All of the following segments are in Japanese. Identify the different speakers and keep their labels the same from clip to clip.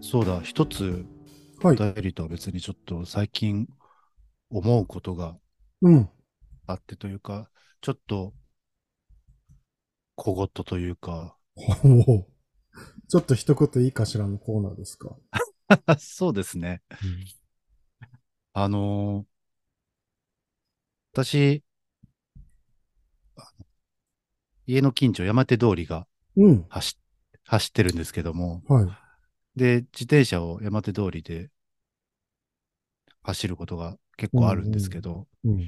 Speaker 1: そうだ、一つ、
Speaker 2: はい。
Speaker 1: お便りとは別にちょっと最近思うことが
Speaker 2: うん。
Speaker 1: あってというか、ちょっと小言というか、
Speaker 2: おお。ちょっと一言いいかしらのコーナーですか。
Speaker 1: そうですね。あのー私、あの家の近所山手通りが
Speaker 2: うん。
Speaker 1: 走走ってるんですけども、
Speaker 2: はい。
Speaker 1: で、自転車を山手通りで走ることが結構あるんですけど、
Speaker 2: うん。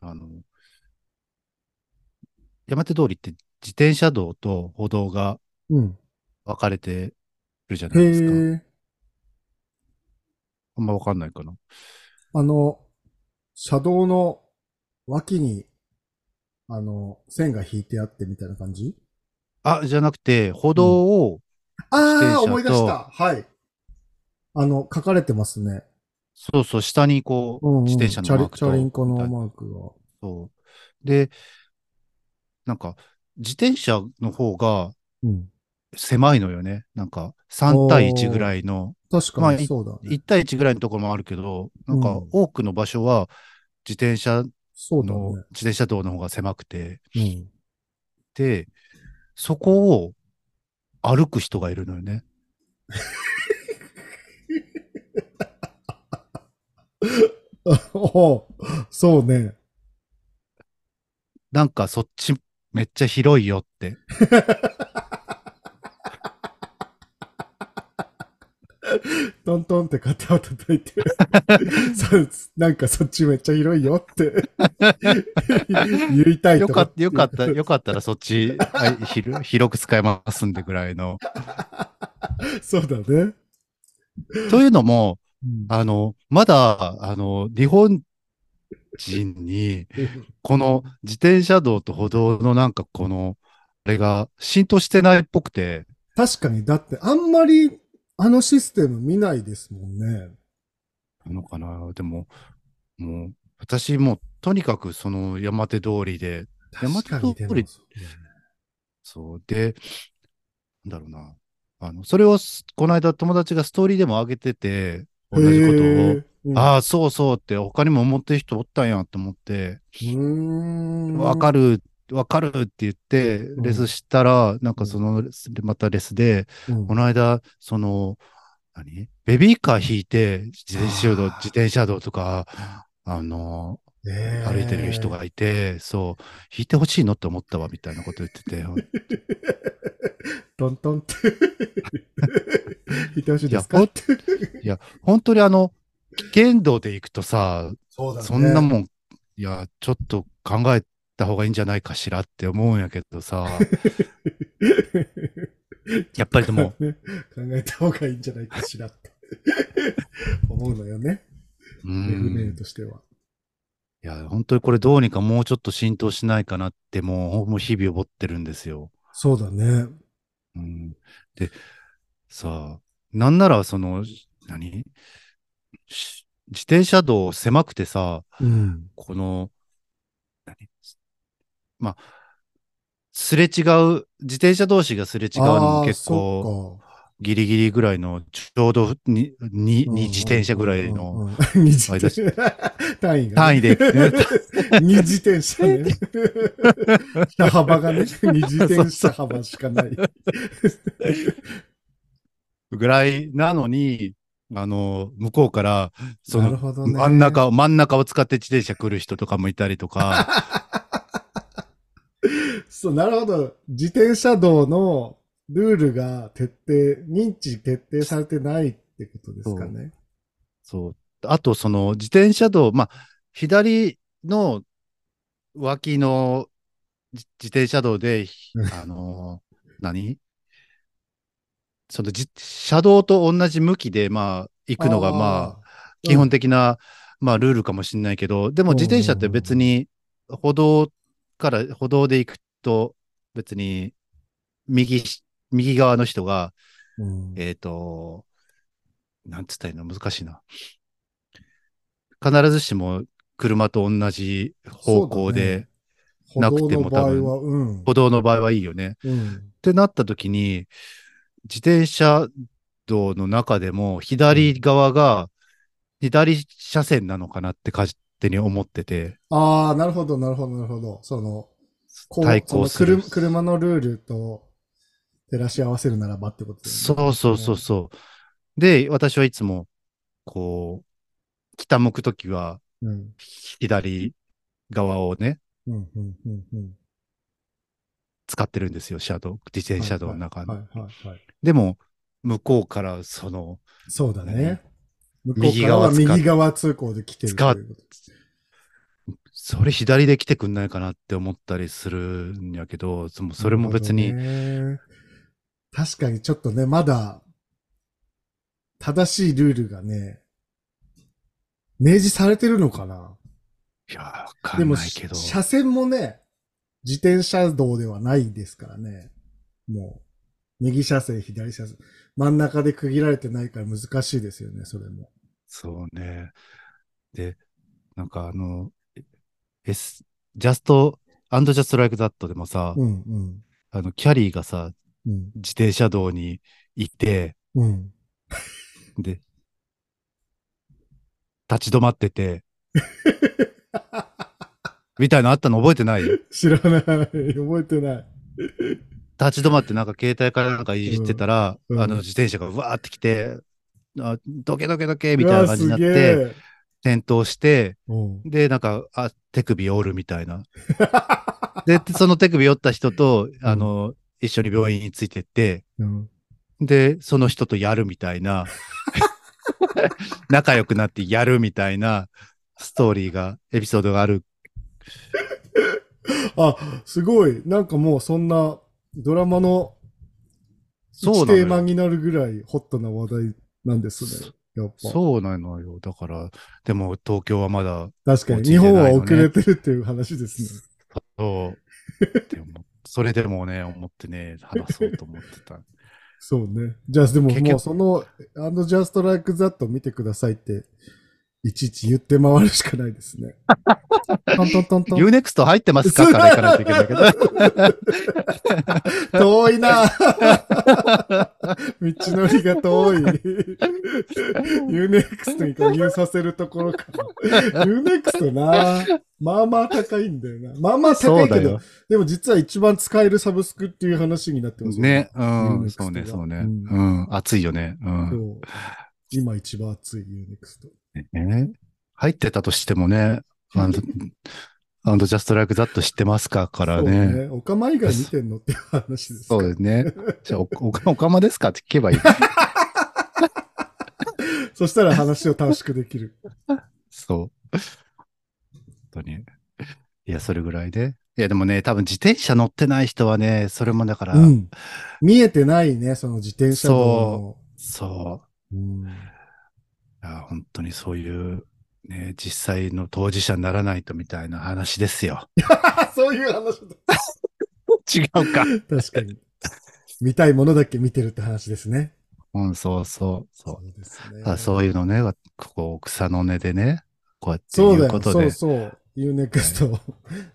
Speaker 1: あの、山手通りって自転車道と歩道が
Speaker 2: うん。
Speaker 1: 分かれてるじゃないですか。
Speaker 2: へえ。
Speaker 1: あんま分かんないかな。
Speaker 2: あの、車道の脇に、あの、線が引いてあってみたいな感じ
Speaker 1: あ、じゃなくて、歩道を、自転車
Speaker 2: ああ、
Speaker 1: と
Speaker 2: 思い出した。はい。あの、書かれてますね。
Speaker 1: そうそう、下にこう、
Speaker 2: うん、うん。
Speaker 1: 自転車のマーク
Speaker 2: チャリチャリン
Speaker 1: と、
Speaker 2: コのマークが。
Speaker 1: そう。で、なんか、自転車の方が
Speaker 2: うん。
Speaker 1: 狭いのよね。なんか、3対1ぐらいの、
Speaker 2: 確
Speaker 1: まあ
Speaker 2: か
Speaker 1: い
Speaker 2: にそうだね。
Speaker 1: 1対1ぐらいのところもあるけど、なんか
Speaker 2: うん、
Speaker 1: 多くの場所は、自転車
Speaker 2: そうだ
Speaker 1: の、自転車道の方が狭くて、
Speaker 2: ね。
Speaker 1: で、そこを歩く人がいるのよね。
Speaker 2: うん。 おおそうね。
Speaker 1: なんかそっちめっちゃ広いよって。
Speaker 2: トントンって肩を叩いて、 そうなんかそっちめっちゃ広いよって 言いたい
Speaker 1: よ
Speaker 2: と
Speaker 1: か
Speaker 2: か
Speaker 1: っ。た、よかった、よかったらそっち、はいひろ広く使えますんでぐらいの。
Speaker 2: そうだね。
Speaker 1: というのも、
Speaker 2: うん
Speaker 1: あの、まだ、あの、日本人に、この自転車道と歩道のなんかこの、あれが浸透してないっぽくて、
Speaker 2: 確かに、だってあんまりあのシステム見ないですもんね。
Speaker 1: なのかな。でも、もう、私もうとにかくその山手通りで山手
Speaker 2: 確かにでも
Speaker 1: 通り
Speaker 2: そうだね
Speaker 1: そう。で、なんだろうな。あの、それをす、この間友達がストーリーでも上げてて、同じこと
Speaker 2: へ
Speaker 1: を
Speaker 2: ー、うん
Speaker 1: ああ、そうそうって、他にも思ってる人おったんやと思って、
Speaker 2: うーん。
Speaker 1: わかる、わかるって言って、
Speaker 2: ん
Speaker 1: レスしたら、なんかその、レスまたレスで、
Speaker 2: うん
Speaker 1: この間、その、何ベビーカー引いて、自転車道、
Speaker 2: あー
Speaker 1: 自転車道とか、あの、
Speaker 2: ねえ
Speaker 1: 歩いてる人がいて、そう、引いてほしいのって思ったわ、みたいなこと言ってて、
Speaker 2: トントン って。 言ってほしいで
Speaker 1: い
Speaker 2: すか
Speaker 1: や本当にあの、危険度で行くとさ、
Speaker 2: そうだね。
Speaker 1: そんなもん、いや、ちょっと考えた方がいいんじゃないかしらって思うんやけどさ、 やっぱりでも、
Speaker 2: ね、 考えた方がいいんじゃないかしらって 思うのよね。
Speaker 1: う
Speaker 2: ウェブメイ
Speaker 1: ん、
Speaker 2: としては。
Speaker 1: いや、本当にこれどうにかもうちょっと浸透しないかなって、もう、もう日々思ってるんですよ。
Speaker 2: そうだね。
Speaker 1: うん、で、さあ、なんならその、何し自転車道狭くてさ、
Speaker 2: うん。
Speaker 1: この、何まあ、すれ違う、自転車同士がすれ違うのも結構、
Speaker 2: 構、
Speaker 1: ギリギリぐらいの、ちょうどに、に、
Speaker 2: うんうん
Speaker 1: に自転車ぐらい
Speaker 2: うんう
Speaker 1: の
Speaker 2: ん。 二自転車。単位が、
Speaker 1: 単
Speaker 2: ね。
Speaker 1: 位で、
Speaker 2: 二自転車ね。 車幅がね、二自転車幅しかない。
Speaker 1: ぐらいなのに、あの、向こうから、 そ
Speaker 2: なる
Speaker 1: の、
Speaker 2: ほどね。
Speaker 1: 真ん中を、真ん中を使って自転車来る人とかもいたりとか、
Speaker 2: そう、なるほど。自転車道のルールが徹底、認知徹底されてないってことですかね。
Speaker 1: そう。あと、その、自転車道、まあ、左の脇のじ自転車道で、あの、何そのじ、車道と同じ向きで、まあ、行くのが、まあ、基本的な、まあ、ルールかもしれないけど、でも自転車って別に歩道から、歩道で行くと、別に右し、右側の人が、
Speaker 2: あー、うん
Speaker 1: えっ、と、なんつったらいいの難しいな。必ずしも車と同じ方向で、
Speaker 2: そう
Speaker 1: な
Speaker 2: だね
Speaker 1: くても多分
Speaker 2: 歩道の場合は、うん。
Speaker 1: 歩道の場合はいいよね。
Speaker 2: うん
Speaker 1: ってなった時に、自転車道の中でも、左側が、左車線なのかなって勝手に思ってて、
Speaker 2: ああ、なるほど、なるほど、なるほど。その、こう
Speaker 1: 対抗す
Speaker 2: そ
Speaker 1: る
Speaker 2: の。車車のルールと照らし合わせるならばってことですね
Speaker 1: そうそうそうそう。で、私はいつも、こう、北向くときは、
Speaker 2: うん。
Speaker 1: 左側をね、
Speaker 2: うん、うん、うん、うん。
Speaker 1: 使ってるんですよ、シャドウ、自転車道の中
Speaker 2: は
Speaker 1: の。
Speaker 2: い、はい、はい。
Speaker 1: でも、向こうから、その、
Speaker 2: そうだね
Speaker 1: ね。
Speaker 2: 向こうからは
Speaker 1: 右側使っ
Speaker 2: 右側通行で来てる
Speaker 1: 使っ
Speaker 2: ということです
Speaker 1: それ左で来てくんないかなって思ったりするんやけど、そのそれも別に、
Speaker 2: なるほどね確かにちょっとね、まだ、正しいルールがね、明示されてるのかない
Speaker 1: や、わか
Speaker 2: で
Speaker 1: ん
Speaker 2: も、
Speaker 1: ないけど。
Speaker 2: 車線もね、自転車道ではないですからね。もう、右車線、左車線。真ん中で区切られてないから難しいですよね、それも。
Speaker 1: そうね。で、なんかあの、S、just, and just like that でもさ、
Speaker 2: うん、うん、
Speaker 1: あの、キャリーがさ、
Speaker 2: うん、
Speaker 1: 自転車道にいて、
Speaker 2: うん。
Speaker 1: で、立ち止まってて、みたいなのあったの覚えてない立
Speaker 2: 知らない。覚えてない。
Speaker 1: ち止まってなんか携帯からなんかいじってたら、
Speaker 2: うんうん
Speaker 1: あの自転車がうわーってきて、あどけどけどけみたいな感じになって、
Speaker 2: うわすげえ
Speaker 1: 転倒して、
Speaker 2: うん
Speaker 1: で、なんか、あ、手首折るみたい な。で、その手首折った人と、あの、一緒に病院についてって、
Speaker 2: うん
Speaker 1: で、その人とやるみたい な、 仲良くなってやるみたいなストーリーが、エピソードがある。
Speaker 2: あ、すごい。なんかもうそんなドラマの
Speaker 1: そ
Speaker 2: 一
Speaker 1: うな
Speaker 2: テー
Speaker 1: の
Speaker 2: マ
Speaker 1: よ。
Speaker 2: になるぐらいホットな話題なんですね。やっぱ。
Speaker 1: そうなのよ。だから、でも東京はまだ、
Speaker 2: 確か
Speaker 1: 落
Speaker 2: に。
Speaker 1: ちて
Speaker 2: 日
Speaker 1: ない
Speaker 2: 本
Speaker 1: のね
Speaker 2: は遅れてるっていう話ですね。
Speaker 1: そう、って思うそれでもね、思ってね、話そうと思ってた。
Speaker 2: そうね。じゃあでも
Speaker 1: 結局
Speaker 2: もうその、アンドジャストライクザット見てくださいって、いちいち言って回るしかないです ね。トントントントン
Speaker 1: UNEXT 入ってますかから行かないといけないけど。
Speaker 2: 遠いな 道のりが遠 い。UNEXT に加入させるところかな。UNEXT なまあまあ高いんだよな。まあまあ 高
Speaker 1: そう
Speaker 2: い
Speaker 1: だ
Speaker 2: け
Speaker 1: よ
Speaker 2: ど、。でも実は一番使えるサブスクっていう話になってますよ
Speaker 1: ね、う、
Speaker 2: うんん
Speaker 1: そうね、
Speaker 2: Next が
Speaker 1: そうね。
Speaker 2: う
Speaker 1: うんん、暑いよね。う
Speaker 2: そ
Speaker 1: ん。
Speaker 2: う今一番熱い UNEXT。
Speaker 1: ね入ってたとしてもね、アンド、アンドジャストライクザット知ってますかから
Speaker 2: そう
Speaker 1: ね。
Speaker 2: ね。お釜以外見てんのっていう話です
Speaker 1: そ
Speaker 2: か
Speaker 1: うですね。じゃあ、お、おおかまですかって聞けばい い。
Speaker 2: そしたら話を短縮で きる。
Speaker 1: そう。本当に。いや、それぐらいで。いや、でもね、多分自転車乗ってない人はね、それもだから、
Speaker 2: うん。見えてないね、その自転車道
Speaker 1: そう。
Speaker 2: の。うん
Speaker 1: いや、本当にそういう、ね、実際の当事者にならないとみたいな話です よ。
Speaker 2: あそういう話だ。
Speaker 1: 違うか。
Speaker 2: 確かに。見たいものだけ見てるって話ですね。
Speaker 1: うん、そうそう、そう。
Speaker 2: うですね
Speaker 1: あそういうのね、わここ、草の根でね、こうやって
Speaker 2: そ
Speaker 1: 言
Speaker 2: うだ
Speaker 1: うこ
Speaker 2: よ。
Speaker 1: と
Speaker 2: そう
Speaker 1: で。
Speaker 2: そう。ユーネクスト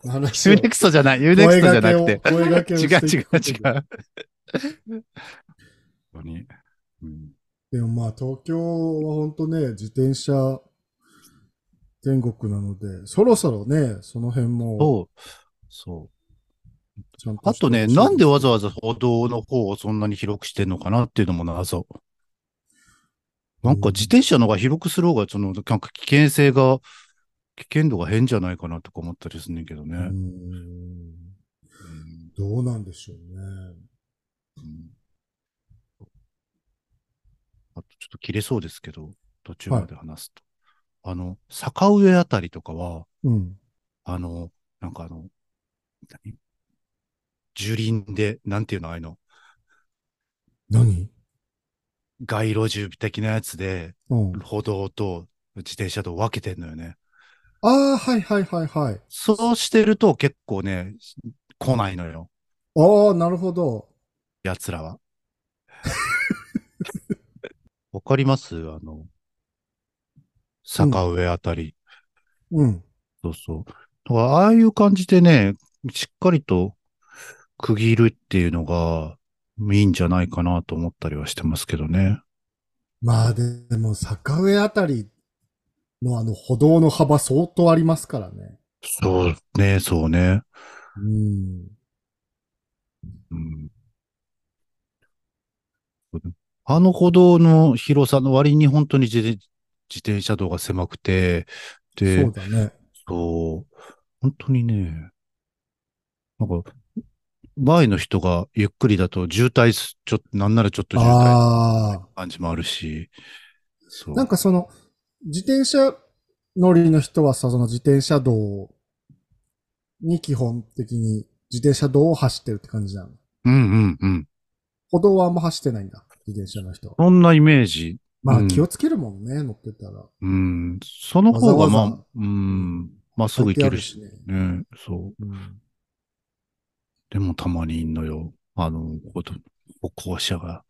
Speaker 2: の話
Speaker 1: ユ
Speaker 2: を
Speaker 1: ーネクストじゃない、ユーネクストじゃなくて。
Speaker 2: 声掛けを
Speaker 1: 違
Speaker 2: 声
Speaker 1: う
Speaker 2: 掛けをして
Speaker 1: 違
Speaker 2: いうくことで
Speaker 1: 違う。 本当に。うん、
Speaker 2: でもまあ東京は本当ね、自転車天国なので、そろそろね、その辺も
Speaker 1: そう、そう。
Speaker 2: ちゃんと
Speaker 1: あ
Speaker 2: して
Speaker 1: とね、
Speaker 2: ほしいす
Speaker 1: なんでわざわざ歩道の方をそんなに広くしてんのかなっていうのも謎。なんか自転車の方が広くする方が、その、なんか危険性が、危険度が変じゃないかなとか思ったりするんだけどね。
Speaker 2: うーんどうなんでしょうね。
Speaker 1: うんあとちょっと切れそうですけど、途中まで話すと。あの、坂上あたりとかは、
Speaker 2: うん。
Speaker 1: あの、なんかあの、何樹林で、なんていうの、ああいうの、
Speaker 2: 何
Speaker 1: 街路樹的なやつで、
Speaker 2: うん。
Speaker 1: 歩道と自転車と分けてんのよね。
Speaker 2: ああ、はいはいはいはい。
Speaker 1: そうしてると結構ね、来ないのよ、
Speaker 2: ああ、なるほど。
Speaker 1: 奴 らは。わかりますあの、坂上あたり。
Speaker 2: うん。
Speaker 1: そうそう。だからああいう感じでね、しっかりと区切るっていうのがいいんじゃないかなと思ったりはしてますけどね。
Speaker 2: まあでも、坂上あたりのあの歩道の幅相当ありますからね。
Speaker 1: そうね、そうね。
Speaker 2: うん。
Speaker 1: うんあの歩道の広さの割に本当に自転自転車道が狭くて、で、
Speaker 2: そうだね。
Speaker 1: そう、本当にね、なんか、前の人がゆっくりだと渋滞す、ちょっと、なんならちょっと渋滞
Speaker 2: あ
Speaker 1: 感じもあるし、そ
Speaker 2: あ。
Speaker 1: う。
Speaker 2: なんかその、自転車乗りの人はさ、その自転車道に基本的に自転車道を走ってるって感じなの。
Speaker 1: うんうんうん。
Speaker 2: 歩道はあんま走ってないんだ。自転車の人は。
Speaker 1: そんなイメージ。
Speaker 2: ま
Speaker 1: う
Speaker 2: あ
Speaker 1: ん
Speaker 2: 気をつけるもんね、乗ってたら。
Speaker 1: うん。その方が、まあ、
Speaker 2: わざわざ
Speaker 1: うん、まっすぐ行けるし、
Speaker 2: 書いてあるしね。
Speaker 1: ね、そう。
Speaker 2: うん
Speaker 1: でもたまにいんのよ。あの、こと、歩行者が。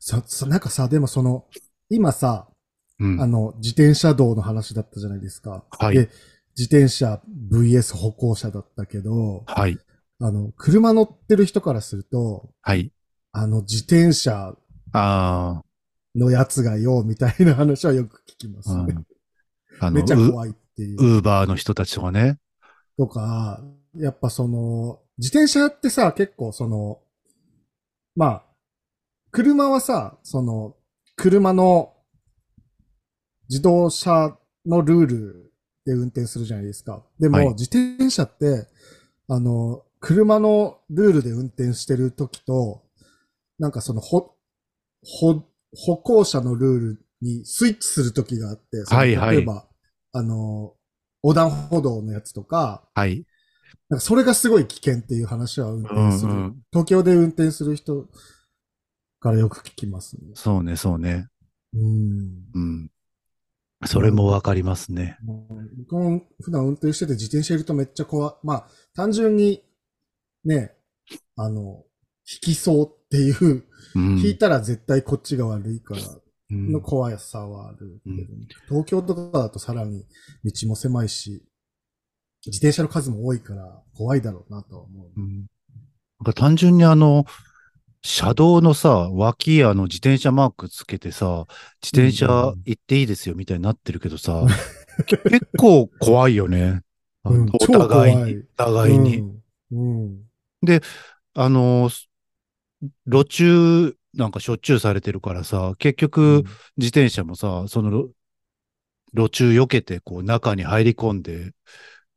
Speaker 2: さ、さ、なんかさ、でもその、今さ、
Speaker 1: うん。
Speaker 2: あの、自転車道の話だったじゃないですか。
Speaker 1: はい
Speaker 2: で、自転車 VS 歩行者だったけど、
Speaker 1: はい。
Speaker 2: あの、車乗ってる人からすると、
Speaker 1: はい。
Speaker 2: あの、自転車
Speaker 1: あ
Speaker 2: のやつがよ、みたいな話はよく聞きます
Speaker 1: あ、う
Speaker 2: ね。
Speaker 1: ん。あ
Speaker 2: め
Speaker 1: の、
Speaker 2: っちゃ
Speaker 1: ウ
Speaker 2: 怖いっていう。
Speaker 1: ウーバーの人たちとかね。
Speaker 2: とか、やっぱその、自転車ってさ、結構その、まあ、車はさ、その、車の自動車のルールで運転するじゃないですか。でも、
Speaker 1: はい
Speaker 2: 自転車って、あの、車のルールで運転してる時と、なんかその、ほ、ほ、歩行者のルールにスイッチする時があって、その
Speaker 1: はいはい
Speaker 2: 例えば、あの、横断歩道のやつとか、
Speaker 1: はい。
Speaker 2: なんかそれがすごい危険っていう話は運転する。
Speaker 1: うんうん
Speaker 2: 東京で運転する人からよく聞きますね。
Speaker 1: そうね、そうね。
Speaker 2: うん。
Speaker 1: うん。それもわかりますね。
Speaker 2: もう僕も普段運転してて自転車いるとめっちゃ怖い。まあ、単純に、ね、あの、引きそうっていう、
Speaker 1: うん。
Speaker 2: 引いたら絶対こっちが悪いから
Speaker 1: うん
Speaker 2: の怖さはあるけど、
Speaker 1: うん
Speaker 2: 東京とかだとさらに道も狭いし、自転車の数も多いから怖いだろうなとは思う。
Speaker 1: うんなんか単純にあの、車道のさ、脇あの自転車マークつけてさ、自転車
Speaker 2: うん
Speaker 1: 行っていいですよみたいになってるけど さ、け結構怖いよね。あの
Speaker 2: うん
Speaker 1: お互い
Speaker 2: 超怖
Speaker 1: に
Speaker 2: い、
Speaker 1: お互いに。
Speaker 2: うん。うん。
Speaker 1: あの、路中なんかしょっちゅうされてるからさ、結局自転車もさ、その路路中避けてこう中に入り込んで、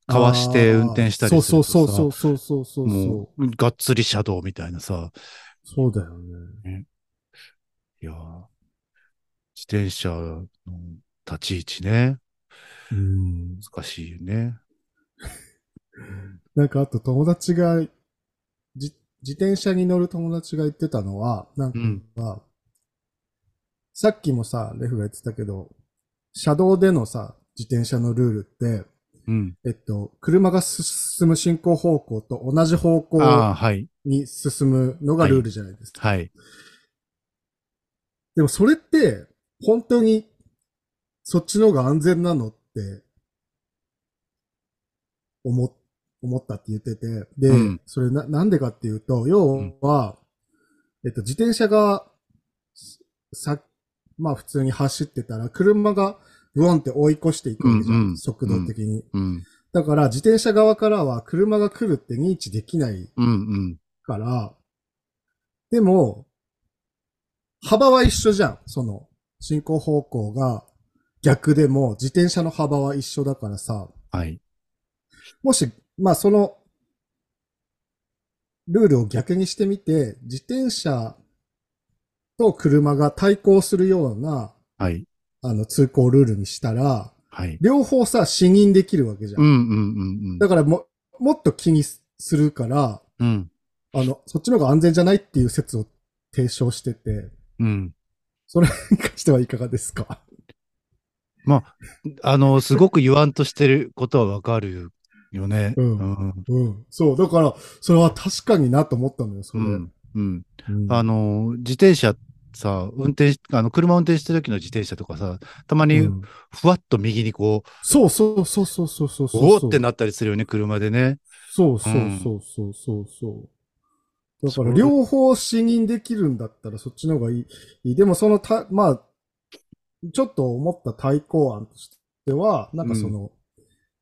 Speaker 1: かわして運転したりするとさ
Speaker 2: そうそうそうそうそうそうそうそう
Speaker 1: も。うがっつり車道みたいなさ、
Speaker 2: そうだよね。
Speaker 1: いやー、自転車の立ち位置ね、
Speaker 2: うん。
Speaker 1: 難しいよね。
Speaker 2: なんかあと友達が、じ自転車に乗る友達が言ってたのは、なんか、
Speaker 1: うん
Speaker 2: さっきもさ、レフが言ってたけど、車道でのさ、自転車のルールって、
Speaker 1: うん。
Speaker 2: えっと、車が進む進行方向と同じ方
Speaker 1: ああ、
Speaker 2: 向
Speaker 1: はい、
Speaker 2: に進むのがルールじゃないですか。
Speaker 1: はい。
Speaker 2: でもそれって、本当に、そっちの方が安全なのって、思、思ったって言ってて、で、
Speaker 1: うん
Speaker 2: それな、なんでかっていうと、要は、えっと、自転車が、さ、まあ普通に走ってたら、車が、ブオンって追い越していくわけじゃん、
Speaker 1: うんうん
Speaker 2: 速度的に。
Speaker 1: うん、
Speaker 2: だから、自転車側からは、車が来るって認知できない
Speaker 1: うん、うん。
Speaker 2: から、でも、幅は一緒じゃん。その、進行方向が逆でも、自転車の幅は一緒だからさ、
Speaker 1: はい。
Speaker 2: もし、まあその、ルールを逆にしてみて、自転車と車が対抗するような、
Speaker 1: はい。
Speaker 2: あの、通行ルールにしたら、
Speaker 1: はい。
Speaker 2: 両方さ、視認できるわけじゃ。
Speaker 1: うんん、うん、うん、うん
Speaker 2: だ。からも、もっと気にすするから、
Speaker 1: うん、
Speaker 2: あの、そっちの方が安全じゃないっていう説を提唱してて、
Speaker 1: うん。
Speaker 2: それに関してはいかがですか
Speaker 1: あの、すごく言わんとしてることはわかるよね。
Speaker 2: うん
Speaker 1: うん、
Speaker 2: うん。そう。だから、それは確かになと思ったのよ、そうれ。
Speaker 1: ん。うん
Speaker 2: うん
Speaker 1: あの、自転車さ、運転し、あの、車運転してる時の自転車とかさ、たまに
Speaker 2: うん
Speaker 1: ふわっと右にこ
Speaker 2: そうそうそうそうそうそう
Speaker 1: う、
Speaker 2: そう。
Speaker 1: おおってなったりするよね、車でね。
Speaker 2: そうそうそうそうそうそう。だ
Speaker 1: そ
Speaker 2: か
Speaker 1: う
Speaker 2: ら両方視認できるんだったらそっちの方がいい。いいでもそのた、まあ、ちょっと思った対抗案としては、なんかその、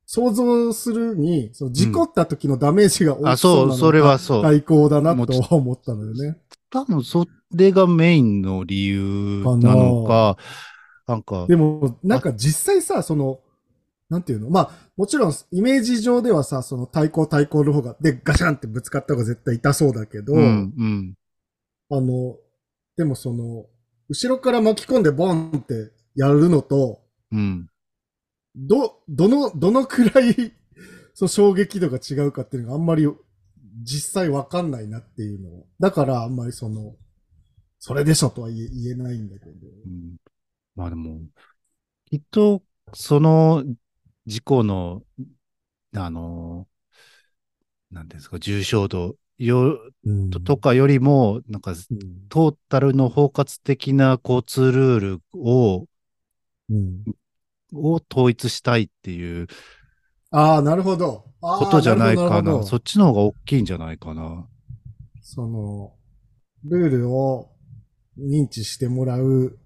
Speaker 2: 想像するに、その事故った時のダメージが大
Speaker 1: あ、
Speaker 2: きそう
Speaker 1: そ
Speaker 2: な
Speaker 1: う、そ
Speaker 2: の
Speaker 1: れ
Speaker 2: が
Speaker 1: はそう。
Speaker 2: 対抗だな
Speaker 1: もう
Speaker 2: と
Speaker 1: ち
Speaker 2: は思ったのよね。
Speaker 1: 多分それがメインの理由なのか、なんか、
Speaker 2: でも、なんか実際さ、その、なんていうのまあ、もちろん、イメージ上ではさ、その対抗対抗の方が、で、ガシャンってぶつかった方が絶対痛そうだけど、
Speaker 1: うん、うん。
Speaker 2: あの、でもその、後ろから巻き込んでボンってやるのと、
Speaker 1: うん。
Speaker 2: ど、どの、どのくらい、 その衝撃度が違うかっていうのがあんまり実際わかんないなっていうのを。だからあんまりその、それでしょとは言え言えないんだけど。
Speaker 1: うんまあでも、きっと、その事故の、あの、なんていうんですか、重傷度よ、
Speaker 2: うん
Speaker 1: とかよりも、なんか、トータルの包括的な交通ルールを、
Speaker 2: うん。
Speaker 1: を統一したいっていう
Speaker 2: ああ、なるほど。あー
Speaker 1: ことじゃないか
Speaker 2: るほ
Speaker 1: な。
Speaker 2: どるほど
Speaker 1: そっちの方が大きいんじゃないかな。
Speaker 2: その、ルールを認知してもらう、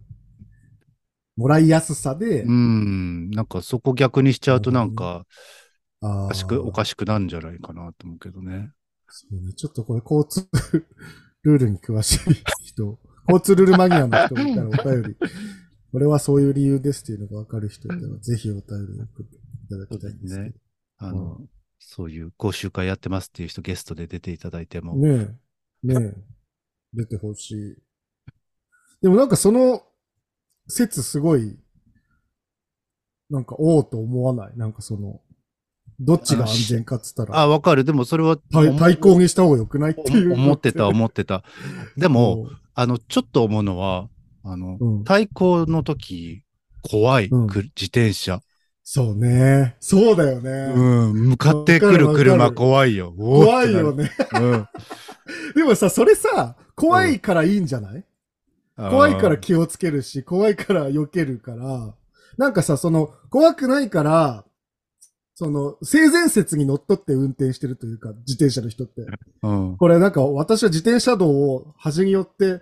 Speaker 2: もらいやすさで、
Speaker 1: うん。なんかそこ逆にしちゃうとなん
Speaker 2: な
Speaker 1: か、お
Speaker 2: あ
Speaker 1: かしく、
Speaker 2: ー
Speaker 1: おかしくなんじゃないかなと思うけどね。
Speaker 2: そうね。ちょっとこれ交通 ルールに詳しい人、交通ルールマニアの人がいたらお便り、これはそういう理由ですっていうのがわかる人いたら、ぜひお便りを送っていただきたいんですけ
Speaker 1: あの、そういう講習会やってますっていう人ゲストで出ていただいても。
Speaker 2: ど。ねえ、ねえ、出てほしい。でもなんかその説すごい、なんか、おおと思わない。なんかその、どっちが安全かっつったら、
Speaker 1: あ、わかる。でもそれは
Speaker 2: 対対抗にした方が良くないっていう。
Speaker 1: 思ってた、思って た。でも、
Speaker 2: う。
Speaker 1: あの、ちょっと思うのは、あの、
Speaker 2: うん
Speaker 1: 対抗の時、怖い、
Speaker 2: うん
Speaker 1: く自転車。
Speaker 2: そうね。そうだよね。
Speaker 1: うん、向かってくる
Speaker 2: わかるわか
Speaker 1: 車
Speaker 2: る
Speaker 1: 怖いよ。おー
Speaker 2: 怖いよ。ね。
Speaker 1: ってなるうん
Speaker 2: でもさ、それさ、怖いからいいんじゃない、 怖いから、気をつけるし、怖いから避けるから、なんかさ、その、怖くないから、その、性善説にのっとって運転してるというか、自転車の人って。
Speaker 1: うん、
Speaker 2: これなんか、私は自転車道を端に寄って、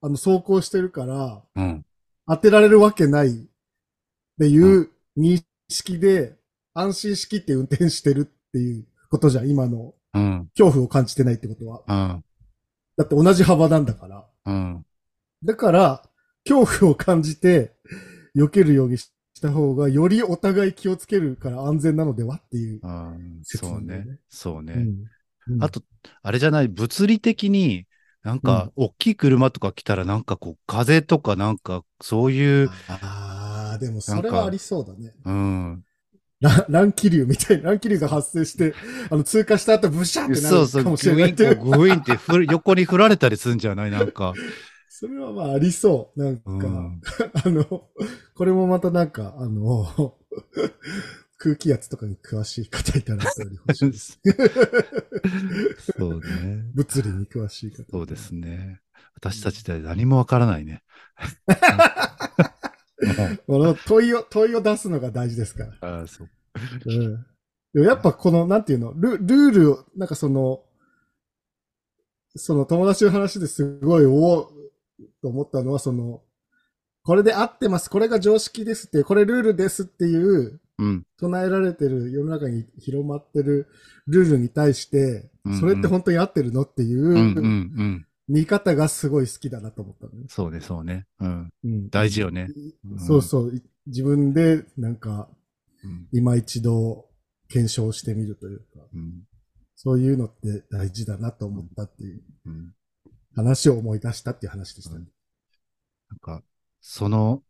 Speaker 2: あの、走行してるから、
Speaker 1: うん。
Speaker 2: 当てられるわけないっていう認識で、安心しきって運転してるっていうことじゃん、今の。
Speaker 1: うん。
Speaker 2: 恐怖を感じてないってことは。
Speaker 1: うん。
Speaker 2: だって同じ幅なんだから。
Speaker 1: うん。
Speaker 2: だから、恐怖を感じて、避けるようにした方が、よりお互い気をつけるから安全なのではっていう。
Speaker 1: うん。
Speaker 2: 切
Speaker 1: そう
Speaker 2: なんだよ
Speaker 1: ね
Speaker 2: ね。
Speaker 1: そうね。
Speaker 2: うんうん
Speaker 1: あと、あれじゃない、物理的に、なんか、大きい車とか来たら、なんかこう、風とか、なんか、そういう、
Speaker 2: あー、でもそれはありそうだね。
Speaker 1: うん。
Speaker 2: ら乱気流みたいな、乱気流が発生して、あの、通過した後、ブシャーってな
Speaker 1: そうそう、グ
Speaker 2: るか
Speaker 1: イ
Speaker 2: もしれない
Speaker 1: ー
Speaker 2: っ
Speaker 1: ン、
Speaker 2: ていう
Speaker 1: こうグイーンって振る横に振られたりするんじゃないなんか。
Speaker 2: それはまあありそう。なんか、
Speaker 1: うん。
Speaker 2: あの、これもまたなんか、あの、 空気圧とかに詳しい方いたら、それ欲しいです。
Speaker 1: そうね。
Speaker 2: 物理に詳しい方。
Speaker 1: そうですね。私たちでは何もわからないね。
Speaker 2: この問いを、問いを出すのが大事ですから。
Speaker 1: ああ、そう。
Speaker 2: うん。でもやっぱこの、なんていうの、ルルールを、なんかその、その友達の話ですごい、おおと思ったのは、その、これで合ってます、これが常識ですっていう、これルールですっていう、
Speaker 1: うん。
Speaker 2: 唱えられてる、世の中に広まってるルールに対して
Speaker 1: うんうん、
Speaker 2: それって本当に合ってるのってい
Speaker 1: うん、うん、う
Speaker 2: う、
Speaker 1: ん。
Speaker 2: 見方がすごい好きだなと思ったのね。
Speaker 1: そうね、そうね。うん。
Speaker 2: うん
Speaker 1: 大事よね。うん
Speaker 2: そうそう。い自分で、なんか、
Speaker 1: うん。
Speaker 2: 今一度検証してみるというか、
Speaker 1: うん。
Speaker 2: そういうのって大事だなと思ったっていう
Speaker 1: うん
Speaker 2: 話を思い出したっていう話でしたね。
Speaker 1: なんか、その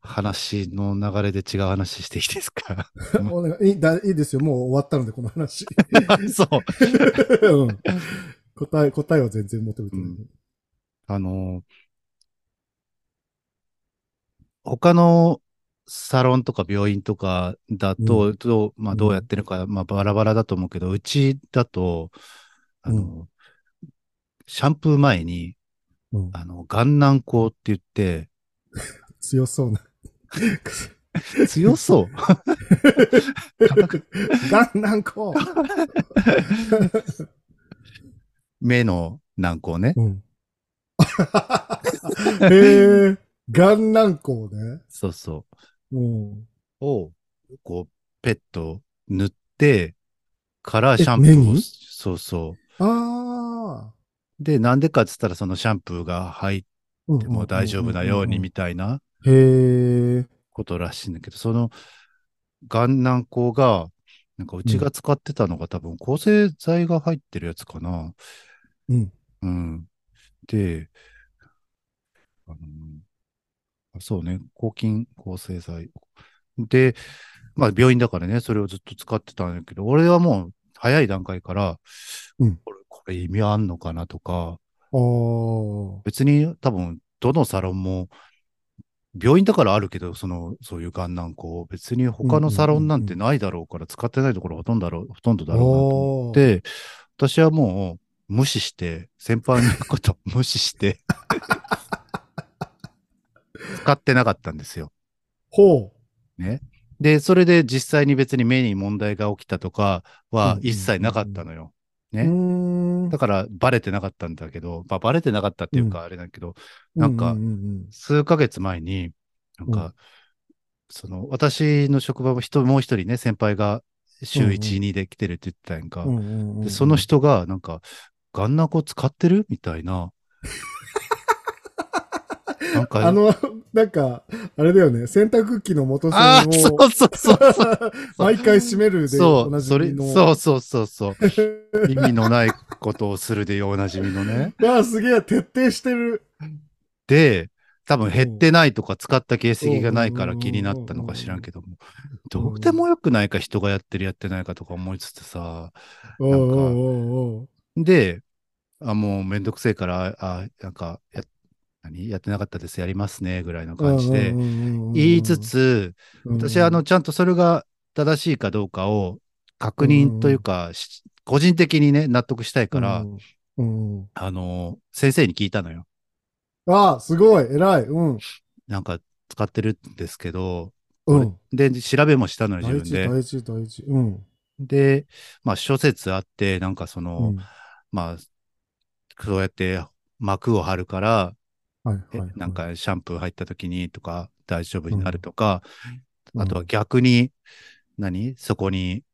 Speaker 1: 話の流れで違う話していいです かうん
Speaker 2: お願いいいだいいですよ。もう終わったので、この 話。
Speaker 1: そう。
Speaker 2: うん答え、答えは全然求めてない。
Speaker 1: うんあの、他のサロンとか病院とかだと、
Speaker 2: う
Speaker 1: どうまあ、
Speaker 2: うん
Speaker 1: どうやってるか、まあ、バラバラだと思うけど、うちだと、あの、シャンプー前に、
Speaker 2: うん
Speaker 1: あの、岩軟膏って言って、
Speaker 2: 強そ うな。
Speaker 1: 強そう。
Speaker 2: ガンナンコ
Speaker 1: 目の南高ね。
Speaker 2: うん。へえ、ガンナンコね。
Speaker 1: そうそ
Speaker 2: うん。
Speaker 1: う。を、こう、ペット塗って、からシャンプ
Speaker 2: え
Speaker 1: ー
Speaker 2: 目
Speaker 1: を
Speaker 2: に、
Speaker 1: そうそう。
Speaker 2: ああ。
Speaker 1: で、なんでかっつったら、そのシャンプーが入って
Speaker 2: うん
Speaker 1: も大丈夫なようにみ
Speaker 2: て。
Speaker 1: たいな
Speaker 2: へえ。
Speaker 1: ことらしいんだけど、その、岩軟膏が、なんかうちが使ってたのが多分抗生剤が入ってるやつかな。
Speaker 2: うん。
Speaker 1: うん。で、あのあそうね、抗菌抗生剤。で、まあ病院だからね、それをずっと使ってたんだけど、俺はもう早い段階から、
Speaker 2: うん
Speaker 1: これこれ意味あんのかなとか、
Speaker 2: あ
Speaker 1: 別に多分どのサロンも、病院だからあるけど、その、そういう癌軟膏、別に他のサロンなんてないだろうから、使ってないところほとんどだろう、ほとんどだ
Speaker 2: あ。
Speaker 1: ろうなと思って
Speaker 2: おー。
Speaker 1: で、私はもう無視して、先輩のこと を無視して、使ってなかったんですよ。
Speaker 2: ほ
Speaker 1: ね。で、それで実際に別に目に問題が起ききたとか
Speaker 2: うん
Speaker 1: は
Speaker 2: うんうんうん
Speaker 1: 一切なかったのよ。
Speaker 2: う。
Speaker 1: え
Speaker 2: うーん
Speaker 1: だからバレてなかったんだけど、まあバレてなかったっていう
Speaker 2: う
Speaker 1: かあれだけど、なんか
Speaker 2: うううん
Speaker 1: 数ヶ月前に、なんか、
Speaker 2: う
Speaker 1: その、私の職場も人、もう一人ね、先輩が週
Speaker 2: うんうん
Speaker 1: 1、2で来てるって言ってたやんか。
Speaker 2: うんうんうんうんうん
Speaker 1: で、その人が、なんか、ガンナコ使ってるみたいな。なんか、
Speaker 2: あの、 なんか、あれだよね、洗濯機の元
Speaker 1: あ
Speaker 2: 栓
Speaker 1: ーそ
Speaker 2: を
Speaker 1: うそうそうそう。
Speaker 2: 毎回閉めるで、
Speaker 1: そ
Speaker 2: お
Speaker 1: う、
Speaker 2: なじ
Speaker 1: それ
Speaker 2: み、の。
Speaker 1: そうそうそうそう。意味のないことをするでおなじみのね。
Speaker 2: う。 わあ、すげえ、徹底してる。
Speaker 1: で、多分減ってないとか使った形跡がないから気になったのか知らんけども、
Speaker 2: うん
Speaker 1: どうでもよくないか人がやってるやってないかとか思いつつさ、
Speaker 2: おうおうおうおう
Speaker 1: で、あ、もうめんどくせえから、あ、なんか、や、何やってなかったです、やりますね、ぐらいの感じで
Speaker 2: うん、うんうんうん
Speaker 1: 言いつ、つ、
Speaker 2: うんうん
Speaker 1: 私、あの、、ちゃんとそれが正しいかどうかを確認というか、し個人的にね、納得したいから、
Speaker 2: うんうんうん
Speaker 1: あの、先生に聞いたのよ。
Speaker 2: ああ、すごい、偉い。うん。
Speaker 1: なんか使ってるんですけど、こ
Speaker 2: うん。
Speaker 1: で、調べもしたのよ、自
Speaker 2: 大
Speaker 1: 分
Speaker 2: 事、
Speaker 1: で。
Speaker 2: 大事、大事。うん。
Speaker 1: で、まあ、諸説あって、なんかその、
Speaker 2: うん
Speaker 1: まあ、そうやって膜を張るから、
Speaker 2: はい、
Speaker 1: え
Speaker 2: はい。
Speaker 1: なん
Speaker 2: は
Speaker 1: かシャンプー入った時にとか大丈夫になるとか、
Speaker 2: うん
Speaker 1: あとは逆に、何そこに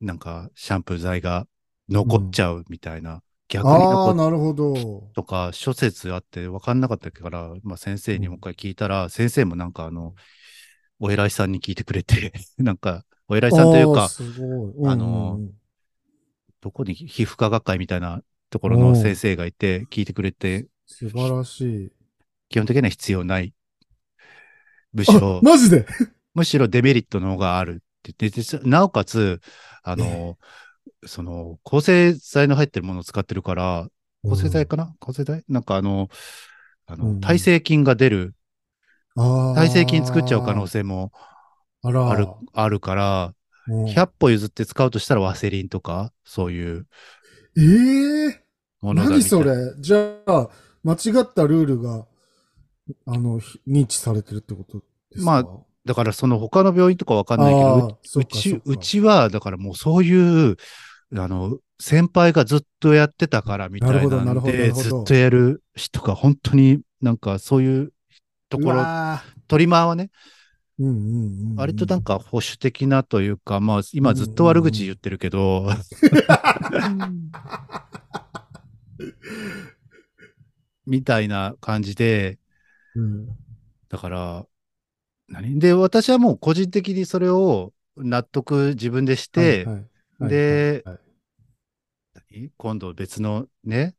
Speaker 1: なんかシャンプー剤が残っちゃうみたいな、逆
Speaker 2: い、
Speaker 1: に
Speaker 2: ああ、
Speaker 1: 残っ
Speaker 2: なるほど。
Speaker 1: とか諸説あって分かんなかったから、まあ、先生にもう一回聞いたら、先生もなんかあの、お偉いさんに聞いてくれて、 なんか、お偉いさんという
Speaker 2: ああ
Speaker 1: か、
Speaker 2: すごいうんうんうん
Speaker 1: あのどこに皮膚科学会みたいなところの先生がいて、聞いてくれて、
Speaker 2: 素晴らしい。
Speaker 1: 基本的には必要ない。むしろ
Speaker 2: あ、マジで
Speaker 1: むしろデメリットの方があるって言ってで、なおかつ、あの、その、抗生剤の入ってるものを使ってるから、抗生剤かな、抗生剤なんかあの、あ
Speaker 2: うんう
Speaker 1: の、
Speaker 2: ん
Speaker 1: 耐性菌が出る、耐
Speaker 2: 耐
Speaker 1: 性菌作っちゃう可能性も
Speaker 2: あら
Speaker 1: ある、あるから、
Speaker 2: うん
Speaker 1: 100歩譲って使うとしたらワセリンとか、そういう
Speaker 2: ええ
Speaker 1: ものだみたい
Speaker 2: 何それじゃあ、間違ったルールが、あの、ひ認知されてるってことですか
Speaker 1: まあだからその他の病院とかわかんないけど、
Speaker 2: あーそうっか
Speaker 1: ち
Speaker 2: そっ、か
Speaker 1: うちは、だからもうそういう、あの、先輩がずっとやってたからみた
Speaker 2: なる
Speaker 1: い
Speaker 2: ほど
Speaker 1: な
Speaker 2: な
Speaker 1: ん
Speaker 2: るほどな
Speaker 1: で、
Speaker 2: るほど
Speaker 1: ずっとやる人が本当になんかそういうとこ
Speaker 2: う
Speaker 1: ろ、
Speaker 2: わー
Speaker 1: トリマーはね、
Speaker 2: うんうんうんうん。
Speaker 1: 割となんか保守的なというか、まあ今ずっと悪口言ってるけど、みたいな感じで、
Speaker 2: うん、
Speaker 1: だから、何で、私はもう個人的にそれを納得自分でして、
Speaker 2: はいはい
Speaker 1: で
Speaker 2: はいはい
Speaker 1: 何今度別のね、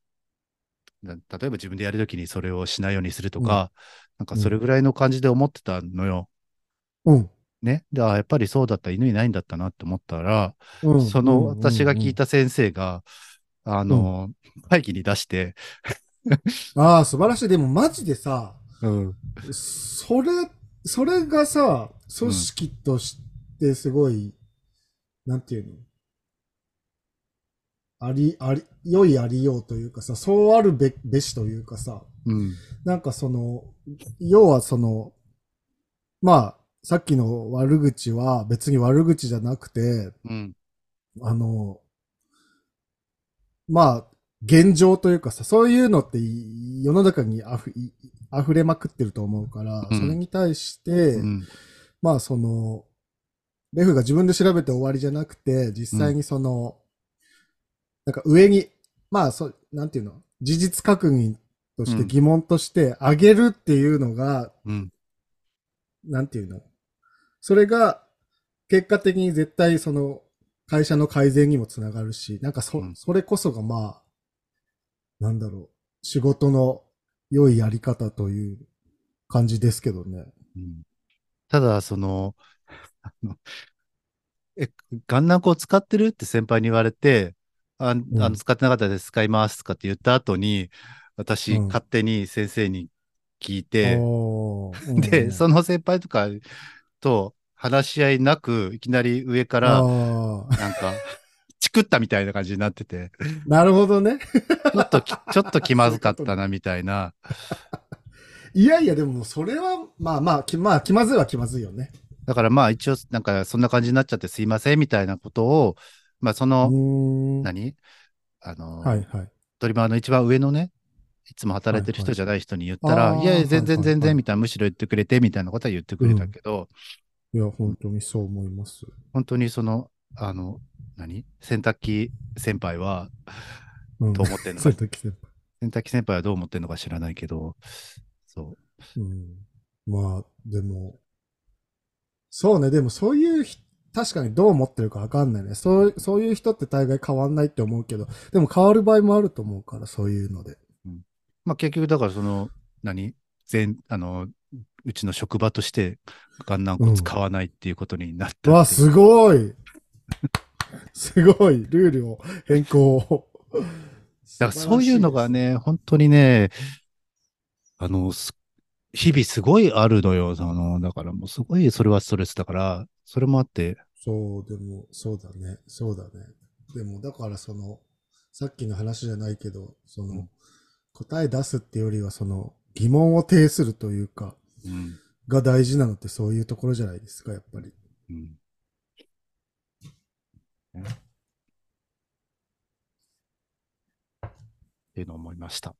Speaker 1: な例えば自分でやるときにそれをしないようにするとか、なんかそれぐらいの感じで思ってたのよ。
Speaker 2: うん
Speaker 1: ね。で、あやっぱりそうだった、犬いないんだったなって思ったら、
Speaker 2: うん
Speaker 1: その私が聞い
Speaker 2: た。
Speaker 1: た先生が、あの、会議に出して、
Speaker 2: ああ、素晴らしい。でもマジでさ、
Speaker 1: うん、
Speaker 2: それ、それがさ、組織としてすごい、なんていうのあり、あり、良いありようというかさ、そうあるべ、べしというかさ、
Speaker 1: うん、
Speaker 2: なんかその、要はその、まあ、さっきの悪口は別に悪口じゃなくて、
Speaker 1: うん、
Speaker 2: あの、まあ、現状というかさ、そういうのってい世の中にあふい溢れまくってると思うから、
Speaker 1: うん
Speaker 2: それに対して、
Speaker 1: うん。
Speaker 2: まあその、レフが自分で調べて終わりじゃなくて、実際にその、なんか上に、まあそう、なんていうの、事実確認として
Speaker 1: うん
Speaker 2: 疑問として上げるっていうのが、
Speaker 1: うん。
Speaker 2: なんていうの、それが結果的に絶対その会社の改善にもつながるし、なんかそ、
Speaker 1: うん
Speaker 2: それこそがまあ、なんだろう、仕事の良いやり方という感じですけどね。
Speaker 1: うんただ、その、あのえ、ガンナコを使ってるって先輩に言われて、あ、あ
Speaker 2: う
Speaker 1: の
Speaker 2: ん
Speaker 1: 使ってなかったです、使いますとかって言った後に、私、
Speaker 2: うん
Speaker 1: 勝手に先生に聞いて、
Speaker 2: おーう ん
Speaker 1: で、その先輩とかと話し合いなく、いきなり上から、
Speaker 2: ああ、
Speaker 1: なんか、チクったみたいな感じになってて、
Speaker 2: なるほどね。
Speaker 1: ちょっと き、ちょっと気まずかったな、みたいな。
Speaker 2: いやいや、でもそれは、まあまあ、きまあ、気まずいは気まずいよね。
Speaker 1: だからまあ一応、なんかそんな感じになっちゃってすいません、みたいなことを、まあそうの、
Speaker 2: ーん。はい
Speaker 1: 何あの、
Speaker 2: はい。はい
Speaker 1: トリマーの一番上のね、いつも働いてる人じゃない人に言ったら、
Speaker 2: はいはいい
Speaker 1: やいや、
Speaker 2: あー
Speaker 1: 全然
Speaker 2: はいはいはい
Speaker 1: 全然、みたいな、むしろ言ってくれて、みたいなことは言ってくれたけど、
Speaker 2: や、本当にそう思います。
Speaker 1: 本当にその、あの、何洗濯機先輩は、
Speaker 2: うん。
Speaker 1: どう思ってんの
Speaker 2: そ
Speaker 1: か
Speaker 2: ういう時先
Speaker 1: 洗濯機先輩はどう思ってんのか知らないけど、そう。
Speaker 2: 輩。うん。まあ、でも、そうね、でもそういうひ、確かにどう思ってるかわかんないね。そう、そういう人って大概変わんないって思うけど、でも変わる場合もあると思うから、そういうので。
Speaker 1: まあ結局だからその、何全、あの、うちの職場として、ガンナンコ使わないっていうことになったっていう
Speaker 2: わあ、すごい すごいルールを変更を。
Speaker 1: だからそういうのがね、本当にね、あの、す日々すごいあるのよ。その、だからもうすごいそれはストレスだから、それもあって、
Speaker 2: そう、でも、そうだね、そうだね。でも、だからその、さっきの話じゃないけど、その、
Speaker 1: うん
Speaker 2: 答え出すってよりは、その、疑問を呈するというか、
Speaker 1: うん。
Speaker 2: が大事なのってそういうところじゃないですか、やっぱり。
Speaker 1: うん、ねっていうのを思いました。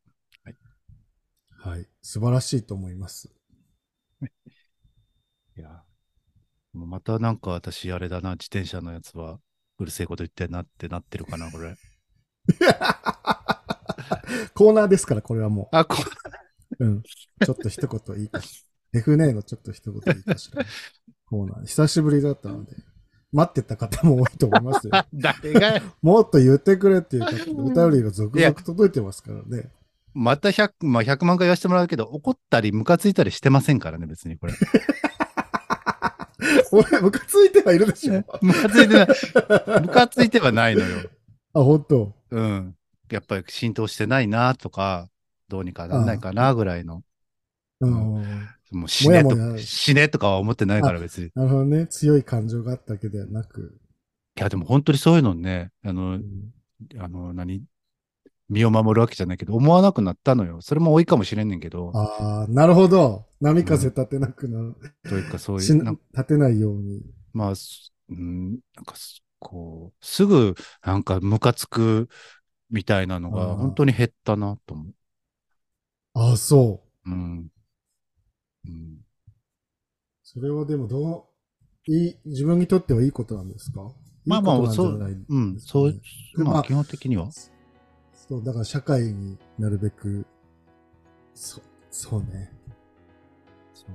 Speaker 2: はい。素晴らしいと思い ます。
Speaker 1: いや、もうまたなんか私、あれだな、自転車のやつは、うるせえこと言ってんなってなってるかな、これ。
Speaker 2: コーナーですから、これはも
Speaker 1: あ、こ
Speaker 2: う。うん。ちょっと一言いいかし ら。F ネのちょっと一言いいかしら。コーナー。久しぶりだったので、待ってた方も多いと思いますよ。
Speaker 1: 誰が、
Speaker 2: もっと言ってくれっていう方お便りが続々届いてますからね。
Speaker 1: また100、まあ、100万回言わせてもらうけど、怒ったり、ムカついたりしてませんからね、別に これ。
Speaker 2: 俺、ムカついてはいるで しょ。
Speaker 1: ムカついてない、ムカついてはないのよ。
Speaker 2: あ、本当。
Speaker 1: うん。やっぱり浸透してないなとか、どうにかなんないかなぐらいの。
Speaker 2: うん。
Speaker 1: もう死ねと
Speaker 2: もやもや
Speaker 1: 死ねとかは思ってないから別に。い
Speaker 2: なるほどね。強い感情があったわけではなく。
Speaker 1: や、でも本当にそういうのね、あ
Speaker 2: う
Speaker 1: の、
Speaker 2: ん
Speaker 1: あの、何身を守るわけじゃないけど、思わなくなったのよ。それも多いかもしれんねんけど、
Speaker 2: ああ、なるほど。波風立てなくなる。
Speaker 1: というかそうい
Speaker 2: し
Speaker 1: う、なん
Speaker 2: 立てないように。
Speaker 1: まあ、すうん、なんかす、こう、すぐ、なんか、ムカつくみたいなの
Speaker 2: あ
Speaker 1: が、
Speaker 2: ー
Speaker 1: 本当に減ったなと思う。
Speaker 2: ああ、そう。
Speaker 1: うん。うん、
Speaker 2: それはでもどう、いい、自分にとってはいいことなんですか
Speaker 1: まあまあ
Speaker 2: いいことなんじゃないですか
Speaker 1: う
Speaker 2: ね
Speaker 1: ん、そう、ま
Speaker 2: ま
Speaker 1: あ、
Speaker 2: あ
Speaker 1: 基本的には。
Speaker 2: そう、だから社会になるべく、そ、そうね。
Speaker 1: そう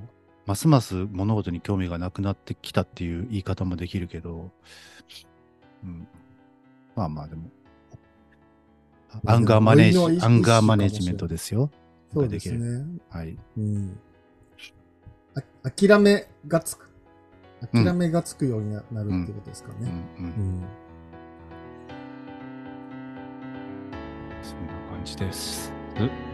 Speaker 1: ますます物事に興味がなくなってきたっていう言い方もできるけど、うん、まあまあ、でも、あ
Speaker 2: まあ
Speaker 1: アンガーマネージ、
Speaker 2: でも老いの一
Speaker 1: アンガーマネジメントですよ。
Speaker 2: そうですね。
Speaker 1: はい。
Speaker 2: うん。あ諦めがつく。諦めがつくようにななるってことですか
Speaker 1: うん、う
Speaker 2: ね。
Speaker 1: ん
Speaker 2: う。ん。
Speaker 1: そんな感じです。う